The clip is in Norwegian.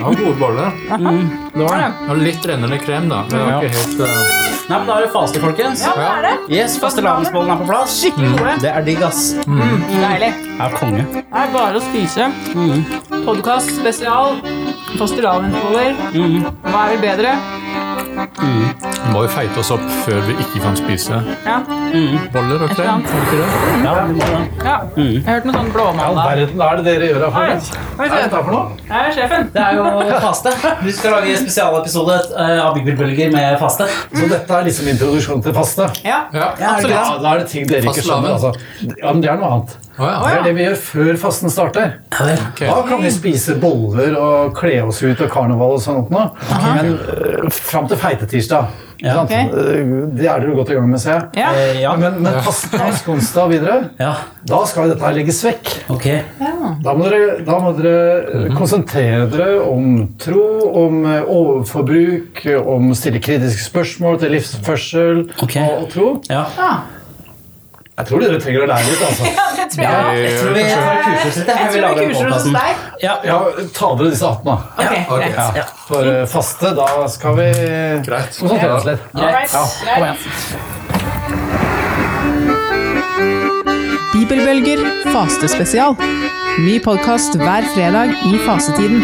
Ja, gode boller. Det var det. Og Litt rennende krem, da. Det var Ja. ikke helt... eh, Nei, men da er det faste, folkens. Ja, hva er det? Yes, fastelavnsbollen er på plass. Mm, Skikkelig gode. Det er digg, ass. Deilig. Ja, konge. Det er Mm. bare å spise. Podcast spesial. Fastelavnsboller. Hva er vel bedre? Vi må jo feite oss opp før vi ikke kan spise Ja. boller og krem. Var det ikke det? Ja, vi må det. ja. Jeg hørte noe sånn blåmandag. verden er det dere gjør her, Hei. folkens? Hva er det for noe? Her er sjefen. Det er jo faste. Vi skal lage en spesialepisode eh, av Bibelbølger med faste. Så dette er liksom introduksjon til faste? Ja. Ja, Ja, er det Ja, absolutt. da er det ting dere ikke skjønner, Fastelavn. altså. Ja, men det er noe annet. Å, ja. Det er det vi gjør før fasten starter. Ok. Da kan vi spise boller og kle oss ut og karneval og sånt noe. Men øh, fram til feitetirsdag. Ja. sant? Ok. Øh, Det er dere godt i gang med, ser jeg. Ja. Eh, ja. Men, men fasten onsdag og videre, ja. da skal dette her legges vekk. Ok. Da må dere, da må dere øh, konsentrere dere om tro, om øh, overforbruk, om å stille kritiske spørsmål til livsførsel Ok. og, og tro. Ja. Jeg tror dere trenger å lære litt, altså. Det tror jeg. Jeg tror vi Eh, tar kurset sitt. Jeg tror det er kurser hos deg. Ja. Ja, ta dere disse 18, da. Ok, Ja, greit. Ja. For eh, faste, da skal vi Greit. konsentrere oss litt. Alright, greit. Bibelbølger fastespesial. Ny podkast hver fredag i fasetiden.